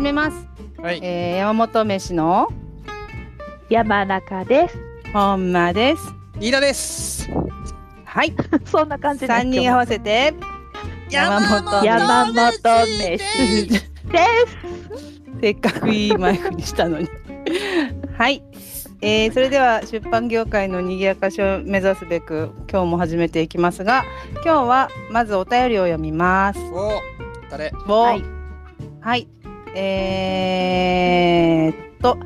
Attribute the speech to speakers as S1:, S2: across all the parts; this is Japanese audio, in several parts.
S1: めます。
S2: はい。
S1: えー、山本飯の
S3: 山中です。
S1: 本間です。
S2: 飯田です。
S1: はい、
S3: そんな感じです。
S1: 三人合わせて山本
S3: 山本飯
S2: です
S3: です。
S1: せっかくいいマイクにしたのに。はい、えーそれでは出版業界の賑やかしを目指すべく今日も始めていきますが今日はまずお便りを読みます。
S2: お、誰？
S1: は
S3: はいい、
S1: はい、えー、っと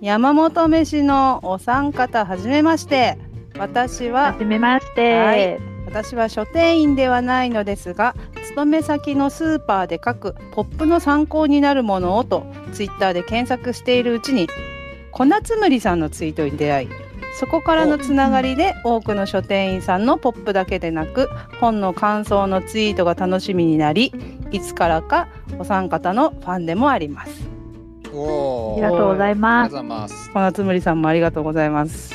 S1: 山本飯のお三方はじめまして私は
S3: はじめまして。
S1: はい私は書店員ではないのですが勤め先のスーパーで書くポップの参考になるものをとツイッターで検索しているうちに粉つむりさんのツイートに出会いそこからのつながりで多くの書店員さんのポップだけでなく本の感想のツイートが楽しみになりいつからかお三方のファンでもあります
S3: あ
S2: お
S3: り
S2: ー。
S3: がとうござい
S2: あ
S3: ま
S2: りがとうございます。
S1: 粉つむりさんもありがとうございます
S3: す。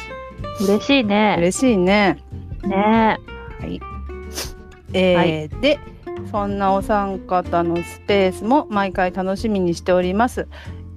S3: 嬉しいね。
S1: 嬉しいね
S3: ね。
S1: はい。えーで、そんなお三方のスペースも毎回楽しみにしております。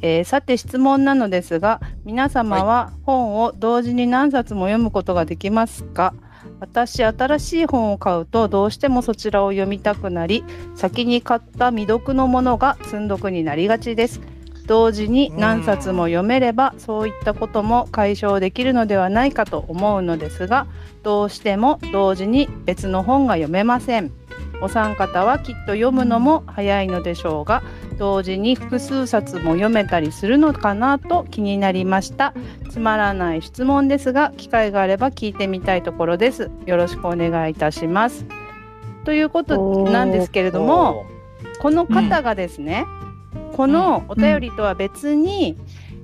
S1: えーさて質問なのですが、皆様は本を同時に何冊も読むことができますか？私新しい本を買うとどうしてもそちらを読みたくなり先に買った未読のものが積んどくになりがちです同時に何冊も読めればそういったことも解消できるのではないかと思うのですがどうしても同時に別の本が読めませんお三方はきっと読むのも早いのでしょうが同時に複数冊も読めたりするのかなと気になりましたつまらない質問ですが機会があれば聞いてみたいところですよろしくお願いいたしますということなんですけれども、この方がですね、このお便りとは別に、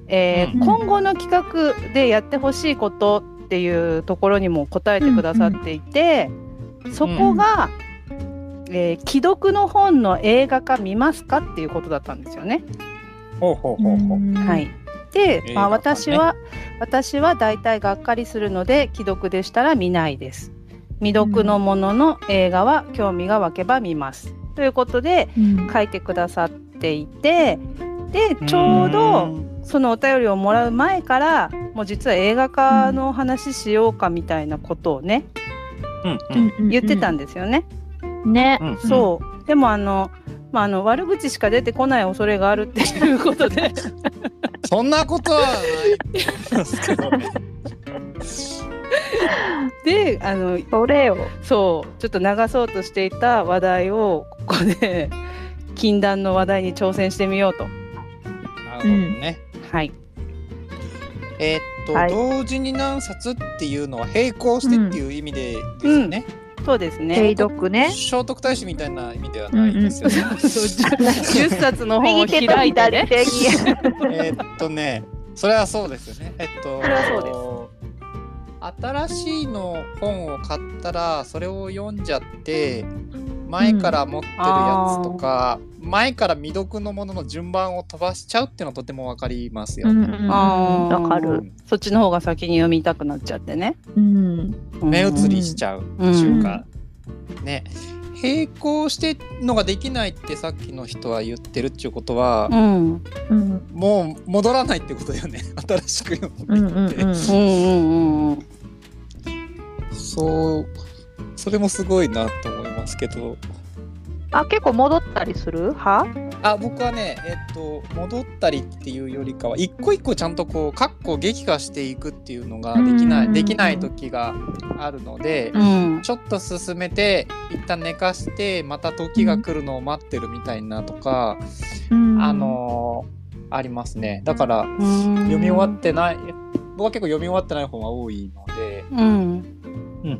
S1: えー
S3: うん
S1: 今後の企画でやってほしいことっていうところにも答えてくださっていて、そこが、えー既読の本の映画化見ますかっていうことだったんですよね。
S2: ほうほうほうほう。
S1: は。、
S3: はい
S1: で、まあ、
S2: 映画館
S1: 私
S2: ね
S1: は私は大体がっかりするので既読でしたら見ないです未読のものの映画は興味が湧けば見ますということで書いてくださっていてでちょうどそのお便りをもらう前からもう実は映画化のお話しようかみたいなことをね
S2: うんう
S3: うんんうん
S1: 言ってたんですよね。
S3: ね。
S2: うん。
S1: そうでもあの,、まあ、あの悪口しか出てこない恐れがあるっていうこと で
S2: うん。そんなことはないですけどね。
S1: であの
S3: それを。
S1: そうちょっと流そうとしていた話題をここで禁断の話題に挑戦してみようと。
S2: なるほどね。
S1: はい、
S2: えーっと、
S3: はい
S2: 同時に何冊っていうのは並行してっていう意味でですよね。
S1: そうですね。
S3: 継続ね。
S2: 聖徳太子みたいな意味ではないですよね。
S1: そう10 10冊の本を
S3: 右手と
S1: 開いてね
S3: 左。手に。
S2: えーっとね、それはそうですよね。えっと、
S1: それは
S2: 新しいの本を買ったら、それを読んじゃって、前から持ってるやつとか、前から未読のものの順番を飛ばしちゃうっていうのはとてもわかりますよ
S3: う
S2: ね。
S3: んうんうん
S1: あー
S3: わか
S2: う
S3: る。
S2: ん
S1: そっちの方が先に読みたくなっちゃってね。
S3: うん。
S2: 目移
S1: うん
S2: りしちゃうっていうか、ね並行してのができないってさっきの人は言ってるっていうことは
S1: う、ん、
S3: うん。
S2: もう戻らないってことだよね 新しく読
S3: うんうん
S2: んでいって、
S3: うん。
S1: うんうんうん
S2: そうそれもすごいなと思いますけど
S3: あ、結構戻ったりする派
S2: あ僕はねえっと戻ったりっていうよりかは一個一個ちゃんとこうカッコ激化していくっていうのができな
S3: うんうんう
S2: い
S3: ん
S2: できない時があるので、
S1: うん。
S2: ちょっと進めて一旦寝かしてまた時が来るのを待ってるみたいなとか、あのーありますねだから
S1: うん
S2: 読み終わってない僕は結構読み終わってない本は多いので、
S1: うん。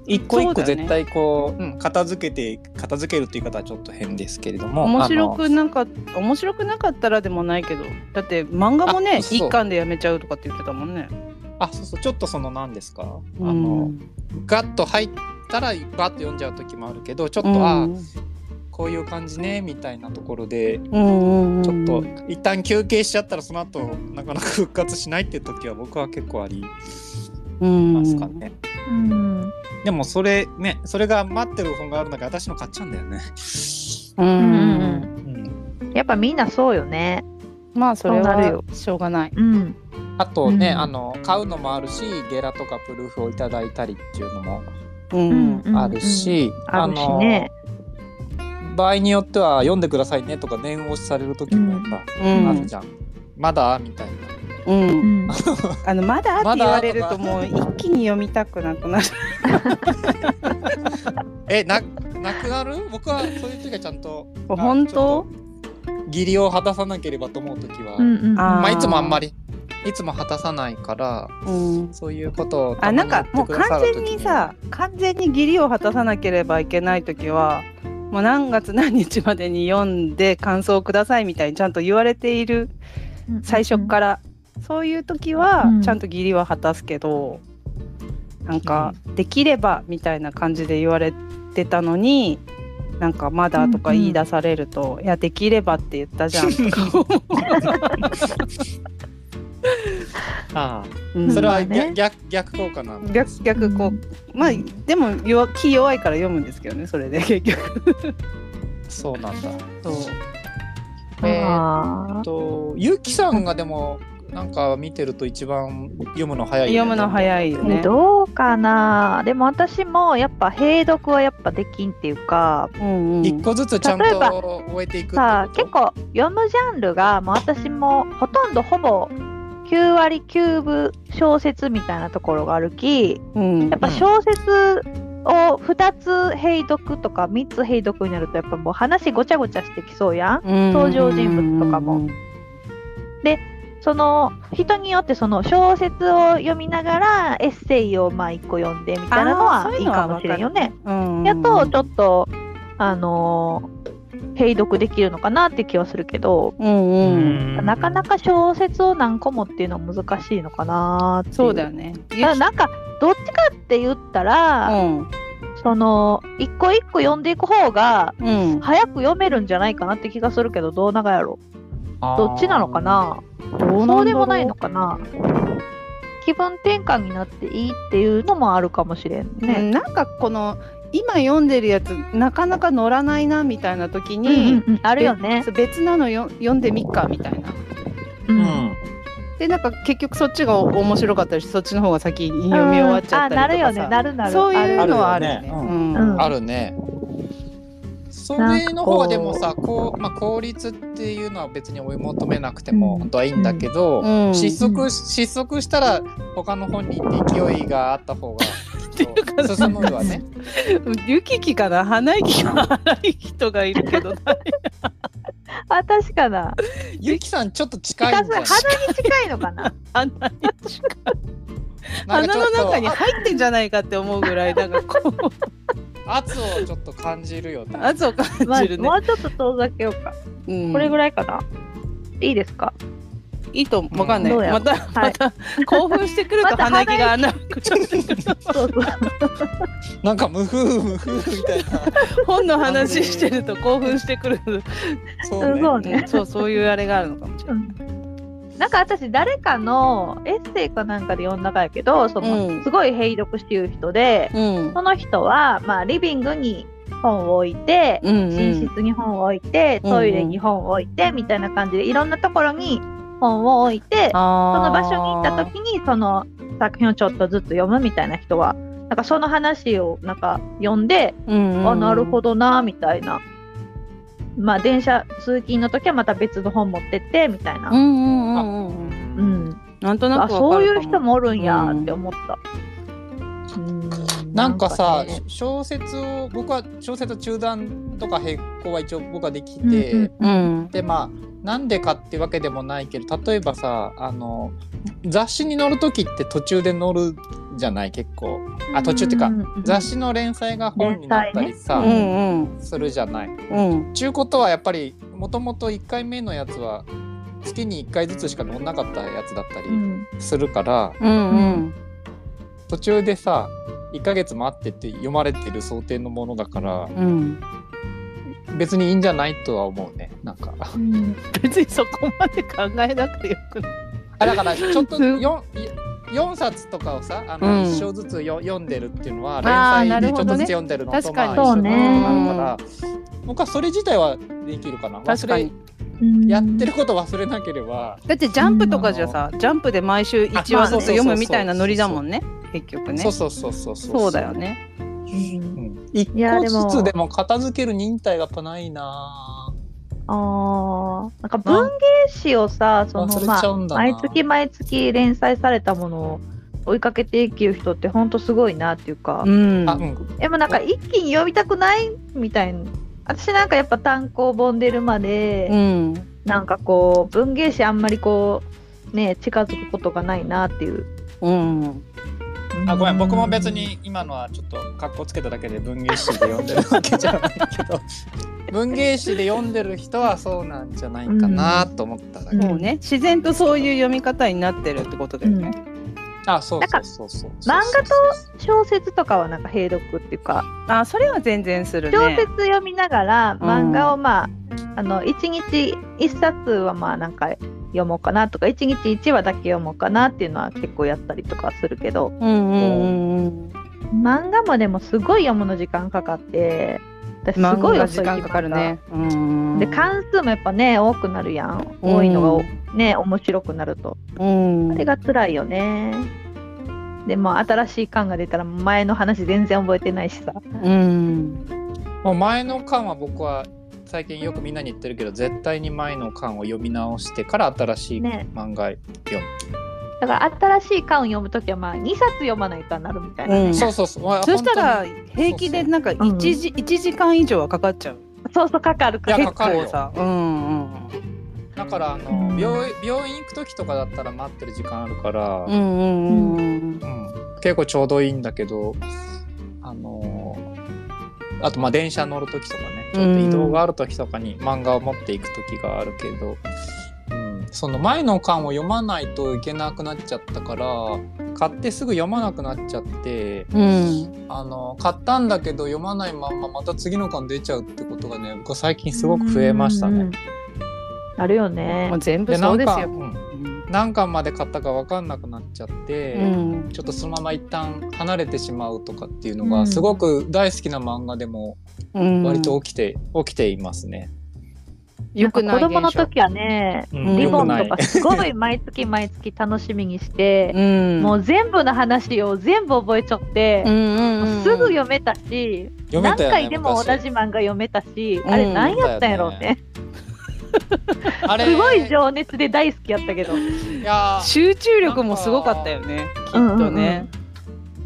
S2: 一個一個
S1: そうだよね
S2: 絶対こううん片付けて片付けるっていう言い方はちょっと変ですけれども
S1: 面白
S2: あ
S1: くなんか面白くなかったらでもないけど、だって漫画もね
S2: あそう
S1: 一巻でやめちゃうとかって言ってたもんね。
S2: のあそうそうちょっとその何ですか、
S1: う
S2: あの
S1: ん
S2: ガッと入ったらバッと読んじゃう時もあるけどちょっと、あこういう感じねみたいなところで
S1: うん
S2: ちょっと一旦休憩しちゃったらその後なかなか復活しないって時は僕は結構あり
S1: ま
S2: ますかね。
S3: うん。
S2: でもそれねそれが待ってる本があるんだから私の買っちゃうんだよね。
S1: うん
S3: うんう
S1: うん
S3: んやっぱみんなそうよね。
S1: まあそれ
S3: そうなる
S1: は
S3: よ
S1: しょうがない。
S3: うん。
S2: あとね、
S3: うん
S2: あの買うのもあるしゲラとかプルーフをいただいたりっていうのも
S1: うん
S3: うんうん
S2: ある。し、
S3: うんあるしね。
S2: の場合によっては読んでくださいねとか念押しされる時もやっ
S1: う
S2: ぱ
S1: ん
S2: あるじゃん、まだみたいな
S1: うん
S3: う、ん。
S1: あのまだって
S2: まだ
S1: 言われるともう一気に読みたくなくなる。
S2: えななくなる僕はそういう時はちゃんとあ
S1: 本
S2: ちょ
S1: 当？
S2: っと義理を果たさなければと思う時は、
S3: うんうんうん。
S1: あ
S2: まあいつもあんまりいつも果たさないから
S1: うん。
S2: そういうことを
S1: あ
S2: た
S1: な
S2: ま
S1: ん
S2: に
S1: かもう
S2: 言ってくだ
S1: 完
S2: さる時
S1: 全にさ完全に義理を果たさなければいけない時はもう何月何日までに読んで感想をくださいみたいにちゃんと言われている最初
S3: ら。
S1: から、そういう時は
S3: うん
S1: ちゃんと義理は果たすけど、なんかできればみたいな感じで言われてたのになんかまだとか言い出されると、いやできればって言ったじ ゃんとか思う
S2: あ
S1: う
S2: あ
S1: ん
S2: それは
S3: まあね
S2: 逆逆逆効果なんだ
S1: 逆逆こう、まあでも弱気弱いから読むんですけどねそれで結局
S2: そうなんだ
S1: そう
S2: えー
S3: あ
S2: っとゆきさんがでもなんか見てると一番読むの早い、
S1: 読むの早いよ
S3: あ。
S1: ね
S3: ねどうかな。でも私もやっぱ閉読はやっぱできんっていうか。
S1: うんうん
S2: 一個ずつちゃんと
S3: 例えば
S2: 終えていくってこと
S3: さあ結構読むジャンルがもう私もほとんどほぼ9割9分小説みたいなところがあるき
S1: うん
S3: やっぱ小説を2つ閉読とか3つ閉読になるとやっぱもう話ごちゃごちゃしてきそうやん。登場人物とかもその人によってその小説を読みながらエッセイをまあ1個読んでみたいなの
S1: あーそう
S3: は
S1: いう
S3: いい
S1: のは
S3: かもしれんよね。
S1: うんうん
S3: やっとちょっとあのー閉読できるのかなって気はするけど。
S1: うん
S2: う
S1: うん、
S2: ん
S3: なかなか小説を何個もっていうのは難しいのかなってい
S1: そうだよ
S3: ね。
S1: ね
S3: だからなんかどっちかって言ったら、
S1: うん
S3: その一個一個読んでいく方が
S1: うん
S3: 早く読めるんじゃないかなって気がするけどどうなんやろどっちなのかな
S1: うなんだろう
S3: そうでもないのかな気分転換になっていいっていうのもあるかもしれん
S1: うん
S3: ね。
S1: なんかこの今読んでるやつなかなか乗らないなみたいな時
S3: うんうん
S1: に、
S3: うんあるよね。
S1: 別別なのよ読んでみっかみたいな
S3: う
S2: うんん
S1: でなんか結局そっちが面白かったりしそっちの方が先に読み終わっちゃったりとかさ、
S3: うんあなるよねなるなる。
S1: そういう
S3: ある
S1: のはあるよね。
S2: あるよね
S1: ん
S3: うん
S2: あるねそれの方がでもさこう、まあ、効率っていうのは別に追い求めなくても
S3: うん
S2: 本当はいいんだけど、
S1: うん
S2: 失速失速したら他の本に行って勢いがあった方 がきっと進むわね。
S1: ゆききかな鼻息が荒い人がいるけ ど
S3: あ確かな。
S2: ゆきさんちょっと近
S3: 鼻
S2: いん
S3: に
S2: じゃない
S3: 近いのかな。
S1: 鼻に鼻
S2: なんかちょ
S1: の
S2: っと
S1: 中に入ってんじゃないかって思うぐらいなんかこう
S2: あ圧をちょっと感じるよね。
S1: 圧を感
S3: まあ
S1: じるね
S3: も。うちょっと遠ざけようか。
S1: うん
S3: これぐらいかな。いいですか。
S1: いいとわかんない。
S3: どうやろ
S1: ま
S3: う
S1: た、また興奮してくると
S3: また
S1: 鼻
S3: 鼻
S1: 息が穴開く。
S3: そうそう。
S2: なんか無風無風みたいな。
S1: 本の話してると興奮してくる。
S2: そうね。
S3: そうね
S1: そうそういうあれがあるのかもしれない。
S3: なんか私誰かのエッセイかなんかで読んだかやけど、その、
S1: うん
S3: すごい閉読していう人で、
S1: うん
S3: その人はまあリビングに本を置いて。
S1: うんう
S3: 寝
S1: ん
S3: 室に本を置いて、トイレに本を置いて、みたいな感じでいろんなところに本を置いてそ
S1: あー
S3: の場所に行った時にその作品をちょっとずつ読むみたいな人はなんかその話をなんか読んで
S1: うんうん
S3: あなるほどなみたいなまあ電車通勤の時はまた別の本持ってってみたいな、
S1: うんうんうんうんうん。
S3: うん、
S1: なんとな
S3: あ
S1: くわか
S3: そう
S1: る
S3: い
S1: かも
S3: う人もおるんやって思った、うん
S2: なんかさ、
S3: ね
S2: 小説を僕は小説中断とか並行は一応僕はできて、
S3: うんうん
S1: うん。
S2: でまあなんでかってわけでもないけど例えばさあの雑誌に載る時って途中で載るじゃない結構あ途中っていうか
S3: んんん
S2: 雑誌の連載が本になったりさ、
S1: う
S3: 連載ね
S1: んうん
S2: するじゃない。
S1: うん。
S2: ちゅうことはやっぱりもともと1回目のやつは月に1回ずつしか載んなかったやつだったり
S3: うん
S2: するから、
S1: うんうん。
S2: 途中でさ1ヶ月待ってって読まれてる想定のものだから
S1: うん。
S2: 別にいいんじゃないとは思うねなんか
S3: うん
S1: 別にそこまで考えなくてよくない。
S2: あだからちょ っと
S1: す
S2: 4, 4冊とかをさあ
S1: う
S2: の
S1: ん
S2: 1章ずつよ、読んでるっていうのは
S1: あー
S2: 連載でちょっとずつ
S1: なる
S2: 読んでるのと
S1: 確かに
S2: まあ一緒
S3: そう
S2: の
S3: ね
S2: ものだから僕はそれ自体はできるかな
S1: 確かに。
S2: 忘やってること忘れなければ
S1: だってジャンプとかじゃさ、ジャンプで毎週1
S2: ま
S1: 話
S2: あ
S1: ずつ読むみたいな
S2: そうそうそうそう
S1: ノリだもんね結局ね
S2: そうそうそうそう
S1: そうだよね
S2: うん一
S3: いや
S2: 個
S3: でも
S2: ずつでも片付ける忍耐がやっぱないな
S3: あーなんか文芸誌をさそ
S2: 忘
S3: の
S2: れ
S3: ま
S2: ちゃ
S3: あ
S2: うんだな、
S3: 毎月毎月連載されたものを追いかけていきる人ってほんとすごいなっていうか、
S1: うん
S2: あ、うん、
S3: でもなんか一気に読みたくないみたいな私なんかやっぱ単行本出るまで、
S1: うん
S3: なんかこう文芸誌あんまりこうね近づくことがないなっていう。
S1: うん
S2: あごめん僕も別に今のはちょっと格好つけただけで文芸誌で読んでるわけじゃないけ ど文芸誌で読んでる人はそうなんじゃないかなと思っただけ、
S3: うん
S1: もうね自然とそういう読み方になってるってことだよね、
S2: あそうそうそうそう
S3: なんか漫小説とかはなんか閉読っていうか
S1: あそれは全然するね
S3: 小説読みながら
S1: うん
S3: 漫画をまあ、あの1日1冊はまあなんか読もうかなとか1日1話だけ読もうかなっていうのは結構やったりとかするけど
S1: うんうんうんうん
S3: 漫画もでもすごい読むの時間かかって私す
S1: 漫
S3: ご
S1: 画
S3: い
S1: が
S3: 遅
S1: 時
S3: い
S1: 間かかるねうん
S3: で関数もやっぱね多くなるやん多いのがね面白くなると
S1: うん
S3: あれが辛いよねでも新しい感が出たら前の話全然覚えてないしさ
S1: うん
S2: もう前の巻は僕は最近よくみんなに言ってるけど絶対に前の巻を読み直してから新しい
S3: ね
S2: 漫画、
S3: だから新しい巻を読むときはまあ2冊読まないとなるみたいな、
S1: うん
S2: そうそうそうまあ
S1: そしたら
S2: 本
S1: 平気でなんか1時一時間以上はかかっちゃう
S3: そうそうかかるか
S2: いや
S3: ら
S1: 結
S2: かかるよ
S1: 構さうんうん
S2: 当にだからあ
S3: う
S2: の
S3: ん
S2: 病院病院行く時とかだったら待ってる時間あるから、
S1: うんうんうん
S2: うん結構ちょうどいいんだけどあのーあとまあ電車乗る時とかねちょっと移動がある時とかに漫画を持っていく時があるけど、うん、その前の巻を読まないといけなくなっちゃったから買ってすぐ読まなくなっちゃって
S1: うん
S2: あの買ったんだけど読まないまんままた次の巻出ちゃうってことがね僕は最近すごく増えました
S3: うん
S2: ね。
S3: あるよね
S1: もう全部
S2: で
S1: そう
S2: 何
S1: です
S2: 巻
S1: よ
S2: うん何巻まで買ったか分かんなくなっちゃって。
S1: うん
S2: ちょっとそのまま一旦離れてしまうとかっていうの
S3: う
S2: が
S3: ん
S2: すごく大好きな漫画でも
S1: うん
S2: 割と起きて、起きていますね。
S1: よくなん
S3: な
S1: い
S3: か子供の
S1: 現象
S3: 時はね、
S2: うん
S3: リボンと
S2: よくな
S3: か
S2: い
S3: すごい毎月毎月楽しみにして、
S1: うん
S3: もう全部の話を全部覚えちゃって
S1: う、んうんうん
S3: すぐ読めたし、
S2: 読め
S3: 何
S2: たよね
S3: 回でも同
S2: 昔
S3: じ漫画読めたし、
S1: ん
S3: あれ何やったんやろうね
S2: あれ
S3: すごい情熱で大好きやったけど
S2: いやー
S1: 集中力もすごかったよねきっとね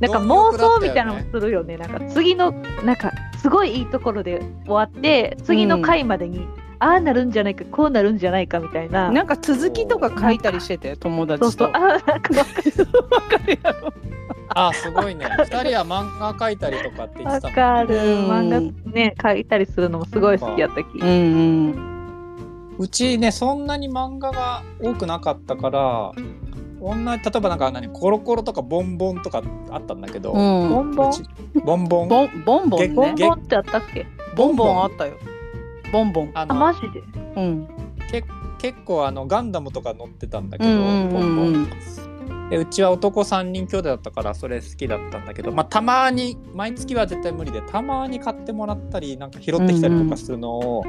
S3: なんか妄想みたいなのもするよねなんか次のなんかすごいいいところで終わって次の回までに、ああなるんじゃないかこうなるんじゃないかみたいな
S1: なんか続きとか書いたりしてて友
S3: そう
S1: 達
S3: そう
S1: と
S3: あーなんかわかる
S1: わかるやろ
S2: あーすごいね。二人は漫画描いたりとかって言って
S3: わ
S2: たもん、
S3: かる
S1: うん
S3: 漫画ね描いたりするのもすごい好きやったき、
S1: うんうん
S2: うちねそんなに漫画が多くなかったから女例えばなんか何コロコロとかボンボンとかあったんだけど、
S1: う
S3: ボ
S1: ん
S3: ンボ
S2: う
S3: ン
S2: ちボンボン
S1: ボンボンボン
S3: ボン
S1: ね
S3: ボンってあったっけ
S1: ボンボンあったよボンボン
S2: あ
S3: あ
S2: の
S3: マジで
S1: うん
S2: 結構あのガンダムとか乗ってたんだけ
S1: う
S2: ど、
S1: んう
S2: ポン
S1: んうん
S2: ポンでうちは男3人兄弟だったからそれ好きだったんだけど、まあ、たまに毎月は絶対無理でたまに買ってもらったりなんか拾ってきたりとかするのを、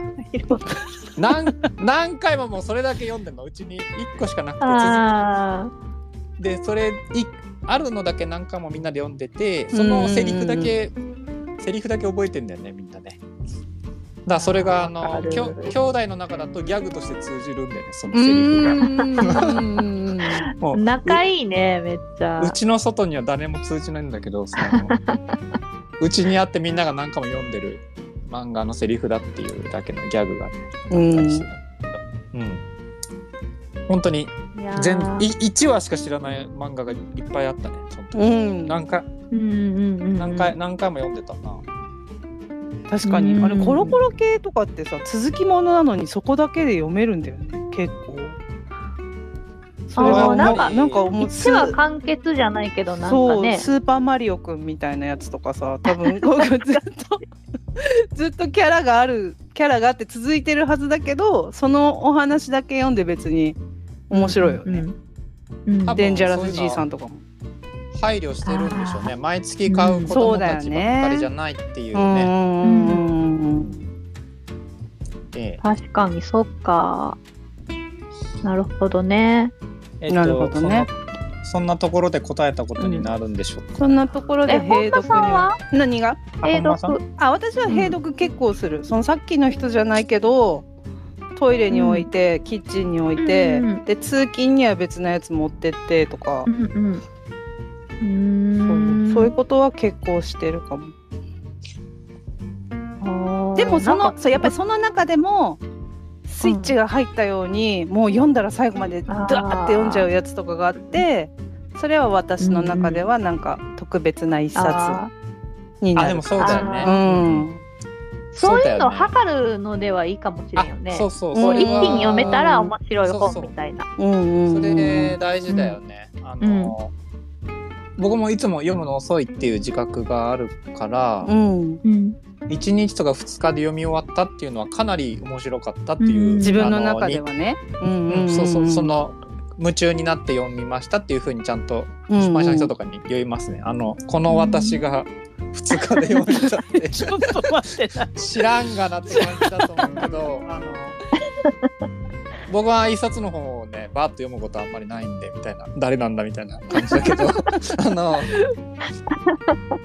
S2: なん何回ももうそれだけ読んでるのうちに1個しかなく
S3: あ
S2: てでそれいあるのだけ何回もみんなで読んでてそのセリフだけ、セリフだけ覚えてんだよねみんなね。だからそれがあ
S3: あー
S2: の
S3: わかる
S2: きょ兄弟の中だとギャグとして通じるんだよねその
S1: う
S2: セリフが。
S1: ん
S2: も
S3: ー
S2: う
S3: 仲いいねめっちゃ
S2: うちの外には誰も通じないんだけどそ のうちにあってみんなが何回も読んでる漫画のセリフだっていうだけのギャグがね
S1: うん
S2: あったりしてうん本当に
S3: いやー
S2: 全1話しか知らない漫画がいっぱいあったねその時
S1: うん
S2: 何回
S3: うんうんうんうん
S2: 何回何回も読んでたな
S1: 確かにあれ
S3: うん
S1: コロコロ系とかってさ続きものなのにそこだけで読めるんだよね結構それ
S3: あ
S1: が
S3: ー
S1: な
S3: なんん
S1: か
S3: か
S1: なんかもう
S3: 一話完結じゃないけどなんか
S1: そう
S3: ね
S1: スーパーマリオくんみたいなやつとかさ多 分こうずっと ずっとキャラがあるキャラがあって続いてるはずだけどそのお話だけ読んで別に面白いよね、
S3: うんうん
S2: 多分
S1: デンジャラス G さんとかも
S2: 配慮してるんでしょうね毎月買
S1: う
S2: う子供
S1: んそうだよ
S2: たち
S1: ね
S2: ばっかりじゃないっていう
S1: う
S2: ね
S1: んうんうんうん
S2: ええ
S3: 確かに、そっか。なるほどね。
S2: えっと
S1: なるほどね
S2: そんなそんなところで答えたことになるんでしょうか、
S1: そんなところ
S3: え、
S1: で
S3: 本
S1: 閉読
S3: 田
S1: に
S3: さん
S1: は
S3: は
S1: 何が
S2: あ
S3: 英
S2: 本間さん
S3: 読。
S1: あ私は閉読結構する、そのさっきの人じゃないけどトイレに置いて、キッチンに置いて、
S3: うんうん
S1: で通勤には別のやつ持ってってとか
S3: う、んうん。うーん
S1: そうそういうことは結構してるかも。
S3: あー
S1: でもそ
S3: な
S1: の
S3: んか
S1: そうやっぱりその中でもスイッチが入ったように、もう読んだら最後までドワーって読んじゃうやつとかがあってそれは私の中ではなんか特別な一冊
S3: あー
S1: に
S2: あ
S1: な
S2: で
S1: る
S2: も。そうだよ
S1: う
S2: ね。
S1: ん、
S3: そう
S2: そ
S3: いうのを
S2: うだよね
S3: 測るのではいいかもしれんよね。
S2: そうそう。
S1: うん
S2: そ
S3: 一
S2: れは
S3: 気に読めたら面白い
S2: そうそう
S3: 本みたいな。
S1: うんうんう
S2: そ
S1: ん
S2: れ大事だよね。あの、僕もいつも読むの遅いっていう自覚があるから、
S1: うん、
S3: うん
S2: 1日とか2日で読み終わったっていうのはかなり面白かったっていう、
S3: うん
S1: 自分の
S2: あ
S1: 中ではね。うん
S2: に
S1: うん
S2: うんん、そうそうそ
S1: の
S2: の夢中になって読みましたっていうふうにちゃんと出版社の人とかに言いますね、あのこの私が2日で読んだって
S1: ちょっと待ってな。
S2: 知らんがなって感じだと思うけどあの僕は一冊の本をねバーッと読むことはあんまりないんでみたいな誰なんだみたいな感じだけど あの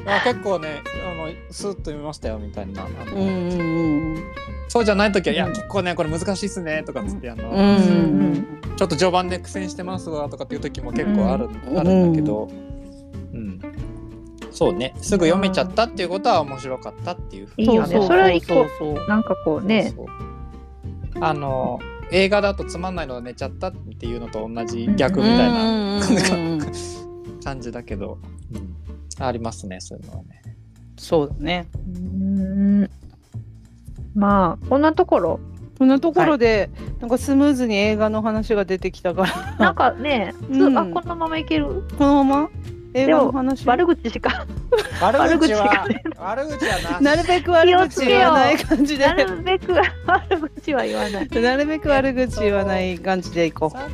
S2: まあ結構ねあのスーッと読みましたよみたいなあの、
S1: うんうんうん
S2: そうじゃない時は「いや
S3: うん
S2: 結構ねこれ難しいっすね」とかっつってあの、
S1: うん
S2: ちょっと序盤で苦戦してますわとかっていう時も結構ある,、
S1: うん
S2: あるんだけど、うんそうねすぐ読めちゃったっていうことは面白かったっていうふう
S1: うん
S3: いいよね
S2: あの
S3: それは一個
S1: そうそうそう
S3: なんかこうね、
S2: そうそうあの映画だとつまんないので寝ちゃったっていうのと同じ逆みたいな
S1: うんうんうんうん
S2: 感じだけど、うんありますねそういうのはね。
S1: そうだね。
S3: うーんまあこんなところ
S1: こんなところで、なんかスムーズに映画の話が出てきたから
S3: なんかね、つ
S1: うん
S3: あこのままいける
S1: このまま映画の話
S3: 悪口しか
S2: 悪
S3: 口
S2: 口は
S3: は
S2: 悪口はな
S1: なるべく悪口言わない感じで
S3: なるべく悪口は言わない。
S1: なるべく悪口言わない感じでいこ
S2: さ